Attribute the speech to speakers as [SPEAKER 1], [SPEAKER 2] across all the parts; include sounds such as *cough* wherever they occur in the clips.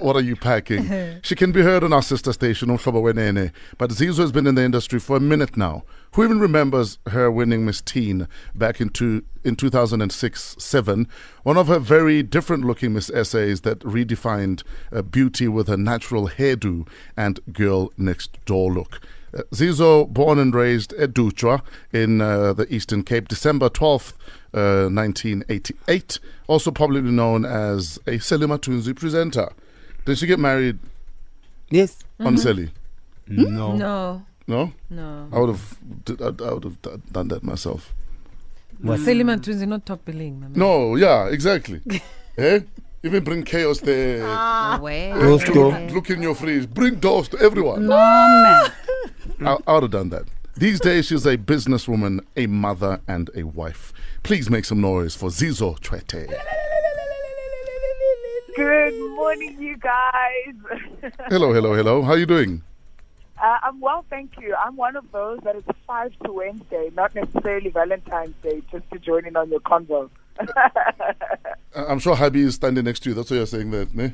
[SPEAKER 1] What are you packing? she can be heard on our sister station, Umhlobo Wenene, but Zizo has been in the industry for a minute now. Who even remembers her winning Miss Teen back in, two, in 2006 7? One of her very different looking Miss Essays that redefined uh, beauty with her natural hairdo and girl next door look. Uh, Zizo, born and raised at Dutra in uh, the Eastern Cape, December 12th, uh, 1988, also popularly known as a Selima Tunzi presenter. Did she get married
[SPEAKER 2] Yes.
[SPEAKER 1] on Seli?
[SPEAKER 2] No.
[SPEAKER 3] No,
[SPEAKER 1] No,
[SPEAKER 3] no.
[SPEAKER 1] I would have, I would have d- done that myself.
[SPEAKER 2] What?
[SPEAKER 3] Seliman twins are not top billing, my man.
[SPEAKER 1] No, yeah, exactly. eh? Even bring chaos there.
[SPEAKER 4] Away.
[SPEAKER 2] Roast
[SPEAKER 1] Look, look in your fridge. Bring doors to everyone.
[SPEAKER 4] Mom.
[SPEAKER 1] I, I would have done that. These days, she's a businesswoman, a mother, and a wife. Please make some noise for Zizo Chwete.
[SPEAKER 5] Good morning, you guys. *laughs*
[SPEAKER 1] Hello, hello, hello. How you doing?
[SPEAKER 5] Uh, I'm well, thank you. I'm one of those that is five to Wednesday, not necessarily Valentine's Day, just to join in on your convo.
[SPEAKER 1] I- I'm sure Habi is standing next to you. That's why you're saying that, ne?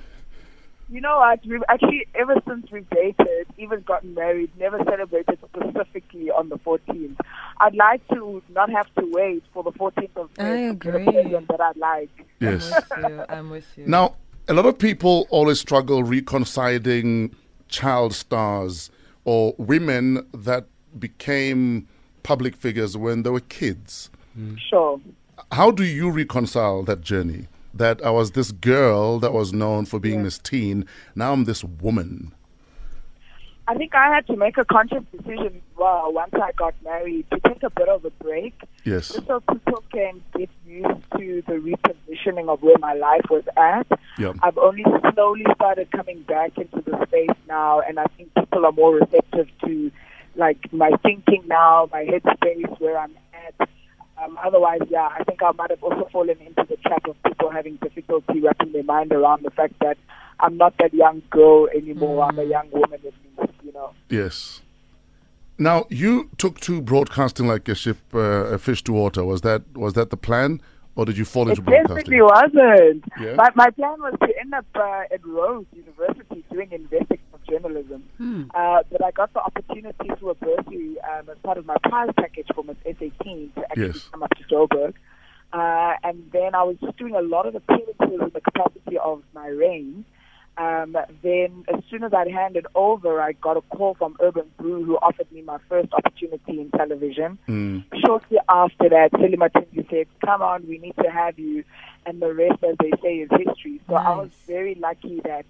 [SPEAKER 5] You know what? We've actually, ever since we've dated, even gotten married, never celebrated specifically on the 14th. I'd like to not have to wait for the 14th of
[SPEAKER 3] I
[SPEAKER 5] May to get
[SPEAKER 3] agree.
[SPEAKER 5] a present that I'd like.
[SPEAKER 1] Yes.
[SPEAKER 3] I'm with you. I'm with you.
[SPEAKER 1] Now, a lot of people always struggle reconciling child stars or women that became public figures when they were kids.
[SPEAKER 5] Sure.
[SPEAKER 1] How do you reconcile that journey? That I was this girl that was known for being this teen, now I'm this woman.
[SPEAKER 5] I think I had to make a conscious decision as well once I got married to take a bit of a break.
[SPEAKER 1] Yes.
[SPEAKER 5] Just so people can get used to the repositioning of where my life was at.
[SPEAKER 1] Yeah.
[SPEAKER 5] I've only slowly started coming back into the space now, and I think people are more receptive to like my thinking now, my headspace, where I'm at. Um, otherwise, yeah, I think I might have also fallen into the trap of people having difficulty wrapping their mind around the fact that I'm not that young girl anymore. I'm a young woman at least, you know.
[SPEAKER 1] Yes. Now you took to broadcasting like a ship, uh, a fish to water. Was that was that the plan, or did you fall into
[SPEAKER 5] It
[SPEAKER 1] broadcasting?
[SPEAKER 5] definitely wasn't.
[SPEAKER 1] Yeah?
[SPEAKER 5] My, my plan was to end up uh, at Rhodes University doing investigative journalism. Uh, but I got the opportunity through a bursary um, as part of my prize package for my S18 to actually
[SPEAKER 1] Yes.
[SPEAKER 5] come up to Joburg. Uh, and then I was just doing a lot of appearances in the capacity of my reign. Um, then, as soon as I'd handed over, I got a call from Urban Brew, who offered me my first opportunity in television.
[SPEAKER 1] Mm.
[SPEAKER 5] Shortly after that, Selima Tunzi said, Come on, we need to have you. And the rest, as they say, is history. So I was very lucky that,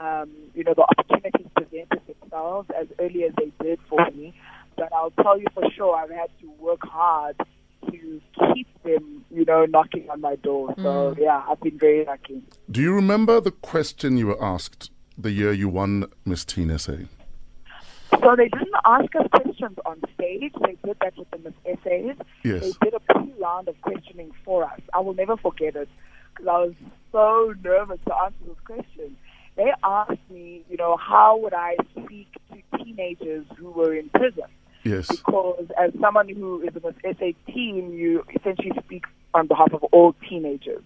[SPEAKER 5] um, you know, the opportunities presented themselves as early as they did for me. But I'll tell you for sure, I've had to work hard to keep them, you know, knocking on my door. So, yeah, I've been very lucky.
[SPEAKER 1] Do you remember the question you were asked the year you won Miss Teen SA?
[SPEAKER 5] So they didn't ask us questions on stage. They did that with the Miss essays.
[SPEAKER 1] Yes.
[SPEAKER 5] They did a pre round of questioning for us. I will never forget it because I was so nervous to answer this question. They asked me, you know, how would I speak to teenagers who were in prison?
[SPEAKER 1] Yes.
[SPEAKER 5] Because as someone who is in the SA team, you essentially speak on behalf of all teenagers.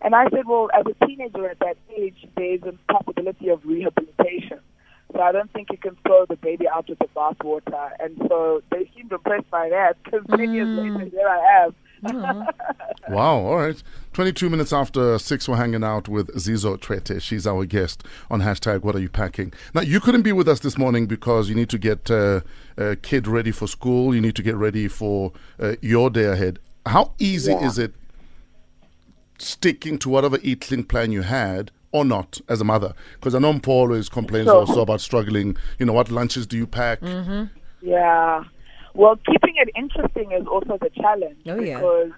[SPEAKER 5] And I said, well, as a teenager at that age, there's a possibility of rehabilitation. So I don't think you can throw the baby out with the bathwater. And so they seemed impressed by that because many years later, there I am.
[SPEAKER 1] Wow, all right. 22 minutes after 6, we're hanging out with Zizo Trete. She's our guest on hashtag What Are You Packing. Now, you couldn't be with us this morning because you need to get uh, a kid ready for school. You need to get ready for uh, your day ahead. How easy is it sticking to whatever eating plan you had or not as a mother? Because I know Paul always complains
[SPEAKER 5] Sure.
[SPEAKER 1] also about struggling. You know, what lunches do you pack?
[SPEAKER 3] Mm-hmm.
[SPEAKER 5] Yeah. Well, keeping it interesting is also the challenge
[SPEAKER 3] Oh, yeah.
[SPEAKER 5] because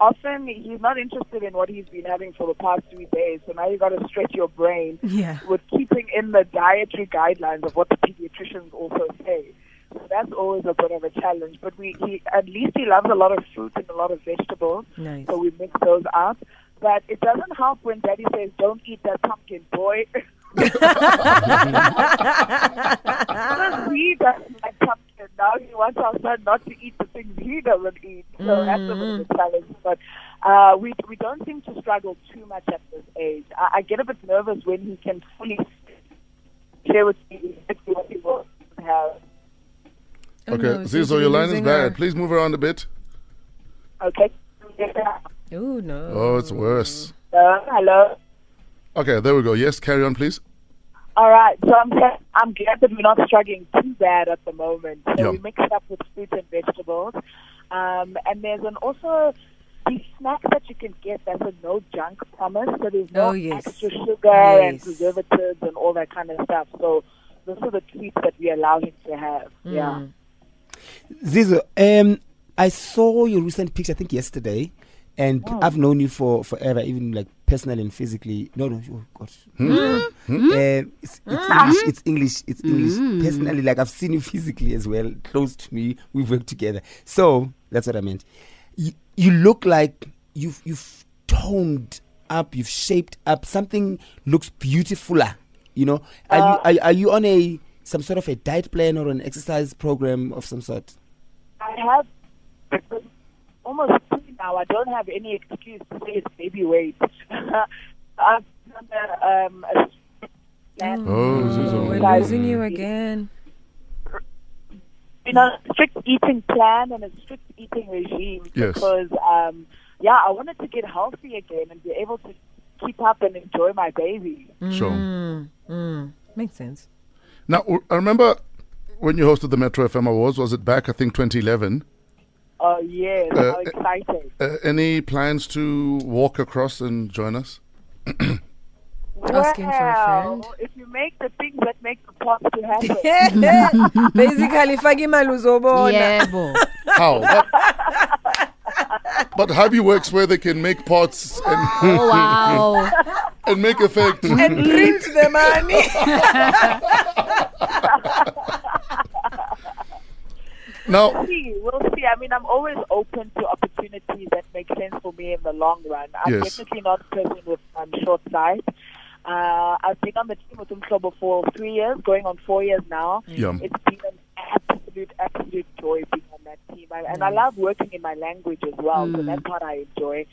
[SPEAKER 5] often he's not interested in what he's been having for the past three days. So now you got to stretch your brain
[SPEAKER 3] Yeah.
[SPEAKER 5] with keeping in the dietary guidelines of what the pediatricians also say. So that's always a bit of a challenge. But we, he, at least he loves a lot of fruit and a lot of vegetables.
[SPEAKER 3] Nice.
[SPEAKER 5] So we mix those up. But it doesn't help when daddy says, don't eat that pumpkin, boy. *laughs* Because he doesn't like pumpkin. Now he wants our son not to eat the things he doesn't eat. So that's a bit of a challenge. But Uh, we, we don't seem to struggle too much at this age. I, I get a bit nervous when he can fully share with me exactly what he will have.
[SPEAKER 3] Oh,
[SPEAKER 1] Okay,
[SPEAKER 3] no, it seems
[SPEAKER 1] Zizo,
[SPEAKER 3] to be
[SPEAKER 1] your line is
[SPEAKER 3] losing
[SPEAKER 1] bad.
[SPEAKER 3] her.
[SPEAKER 1] Please move around a bit.
[SPEAKER 5] Okay.
[SPEAKER 3] Oh, no.
[SPEAKER 1] Oh, it's worse.
[SPEAKER 5] Uh, hello.
[SPEAKER 1] Okay, there we go. Yes, carry on, please.
[SPEAKER 5] All right. So I'm glad, I'm glad that we're not struggling too bad at the moment. So
[SPEAKER 1] Yeah.
[SPEAKER 5] we mix it up with fruits and vegetables. Um, and there's an also these snacks that you can get that's a no junk promise. So there's no
[SPEAKER 3] Oh, yes.
[SPEAKER 5] extra sugar and
[SPEAKER 3] Yes.
[SPEAKER 5] preservatives and all that kind of stuff. So those are the treats that we allow him to have.
[SPEAKER 3] Hmm.
[SPEAKER 5] Yeah.
[SPEAKER 2] Zizo, um, I saw your recent picture, I think yesterday, and I've known you for forever, even like personally and physically. No, no, oh God. Um, it's, it's English, it's English, it's English. Personally, like I've seen you physically as well, close to me. We've worked together. So that's what I meant. You, you look like you've, you've toned up, you've shaped up. Something looks beautifuler. You know, are, you, are, are you on a some sort of a diet plan or an exercise program of some sort?
[SPEAKER 5] I have almost three now. I don't have any excuse to say it's baby weight. *laughs* I've done a, um,
[SPEAKER 3] Hmm.
[SPEAKER 5] a
[SPEAKER 3] Oh,
[SPEAKER 1] Oh, Zizo.
[SPEAKER 3] we're losing you again.
[SPEAKER 5] you know, strict eating plan and a strict eating regime
[SPEAKER 1] Yes.
[SPEAKER 5] because, um, yeah, I wanted to get healthy again and be able to keep up and enjoy my baby.
[SPEAKER 3] Mm.
[SPEAKER 1] Sure.
[SPEAKER 3] Makes *laughs* sense.
[SPEAKER 1] Mm. Now, w- I remember when you hosted the Metro FM Awards, was it back, I think, 2011?
[SPEAKER 5] Oh, yes,
[SPEAKER 1] Uh,
[SPEAKER 5] how
[SPEAKER 1] uh,
[SPEAKER 5] exciting.
[SPEAKER 1] Uh, any plans to walk across and join us?
[SPEAKER 3] asking for a
[SPEAKER 5] Well,
[SPEAKER 3] friend.
[SPEAKER 5] if you make the things that make the plot to happen.
[SPEAKER 3] Basically, fagi maluzobona.
[SPEAKER 4] *laughs* Yebo.
[SPEAKER 1] How? but, but Hubby works where they can make pots and,
[SPEAKER 4] Oh
[SPEAKER 5] *laughs*
[SPEAKER 4] wow.
[SPEAKER 1] and make effect.
[SPEAKER 3] And print the
[SPEAKER 1] *laughs*
[SPEAKER 3] money.
[SPEAKER 1] now,
[SPEAKER 5] see. We'll see. I mean, I'm always open to opportunities that make sense for me in the long run. I'm
[SPEAKER 1] Yes.
[SPEAKER 5] definitely not a person with um, short sight. Uh, I've been on the team with Umhlobo for three years, going on four years now.
[SPEAKER 1] Mm. Yeah.
[SPEAKER 5] It's been an absolute, absolute joy being on that team. I, and I
[SPEAKER 1] Mm.
[SPEAKER 5] love working in my language as well, so that's what I enjoy.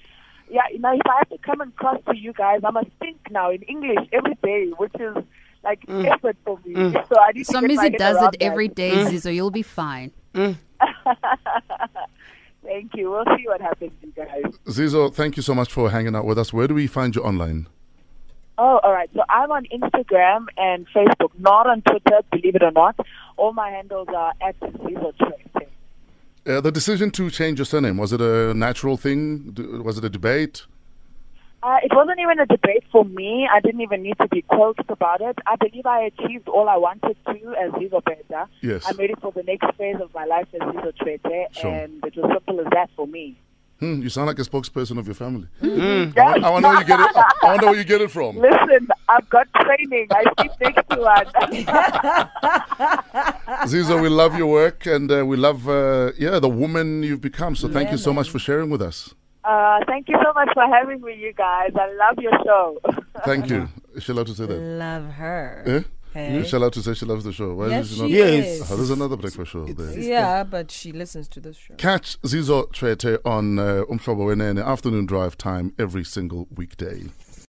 [SPEAKER 5] Yeah, you know, if I have to come and cross to you guys, I must think now in English every day, which is like
[SPEAKER 1] Mm.
[SPEAKER 5] effort for me. *laughs* So I need to
[SPEAKER 4] Mm. So
[SPEAKER 5] get my
[SPEAKER 4] Mizzy
[SPEAKER 5] head
[SPEAKER 4] does
[SPEAKER 5] around
[SPEAKER 4] it
[SPEAKER 5] that.
[SPEAKER 4] every day, Zizo. You'll be fine.
[SPEAKER 5] *laughs* Thank you. We'll see what happens, you guys.
[SPEAKER 1] Zizo, thank you so much for hanging out with us. Where do we find you online?
[SPEAKER 5] Oh, all right. So I'm on Instagram and Facebook, not on Twitter, believe it or not. All my handles are at Zero Tracing.
[SPEAKER 1] Uh, the decision to change your surname was it a natural thing? D- was it a debate?
[SPEAKER 5] Uh, it wasn't even a debate for me. I didn't even need to be coached about it. I believe I achieved all I wanted to as Zizo Beta.
[SPEAKER 1] Yes.
[SPEAKER 5] I'm ready for the next phase of my life as Zizo Trete,
[SPEAKER 1] Sure.
[SPEAKER 5] and it was simple as that for me.
[SPEAKER 1] Hmm, you sound like a spokesperson of your family.
[SPEAKER 5] Yeah.
[SPEAKER 1] I wonder where you get it. I wonder where you get it from.
[SPEAKER 5] Listen, I've got training. I sleep next to one. *laughs*
[SPEAKER 1] Zizo, we love your work and uh, we love uh, yeah the woman you've become. So thank you so much for sharing with us.
[SPEAKER 5] Uh, thank you so much for having me, you guys. I love your show. *laughs*
[SPEAKER 1] Thank you. Is she allowed to say that?
[SPEAKER 3] Love her.
[SPEAKER 1] Eh?
[SPEAKER 3] Hey.
[SPEAKER 1] Is she allowed to say she loves the show? Why
[SPEAKER 3] Uh, Yes,
[SPEAKER 1] is
[SPEAKER 3] she
[SPEAKER 1] she not?
[SPEAKER 2] Yes.
[SPEAKER 3] is.
[SPEAKER 1] Oh, there's another breakfast show there.
[SPEAKER 3] Yeah, but she listens to this show.
[SPEAKER 1] Catch Zizo Trete on uh, Umhlobo Wenene afternoon drive time every single weekday.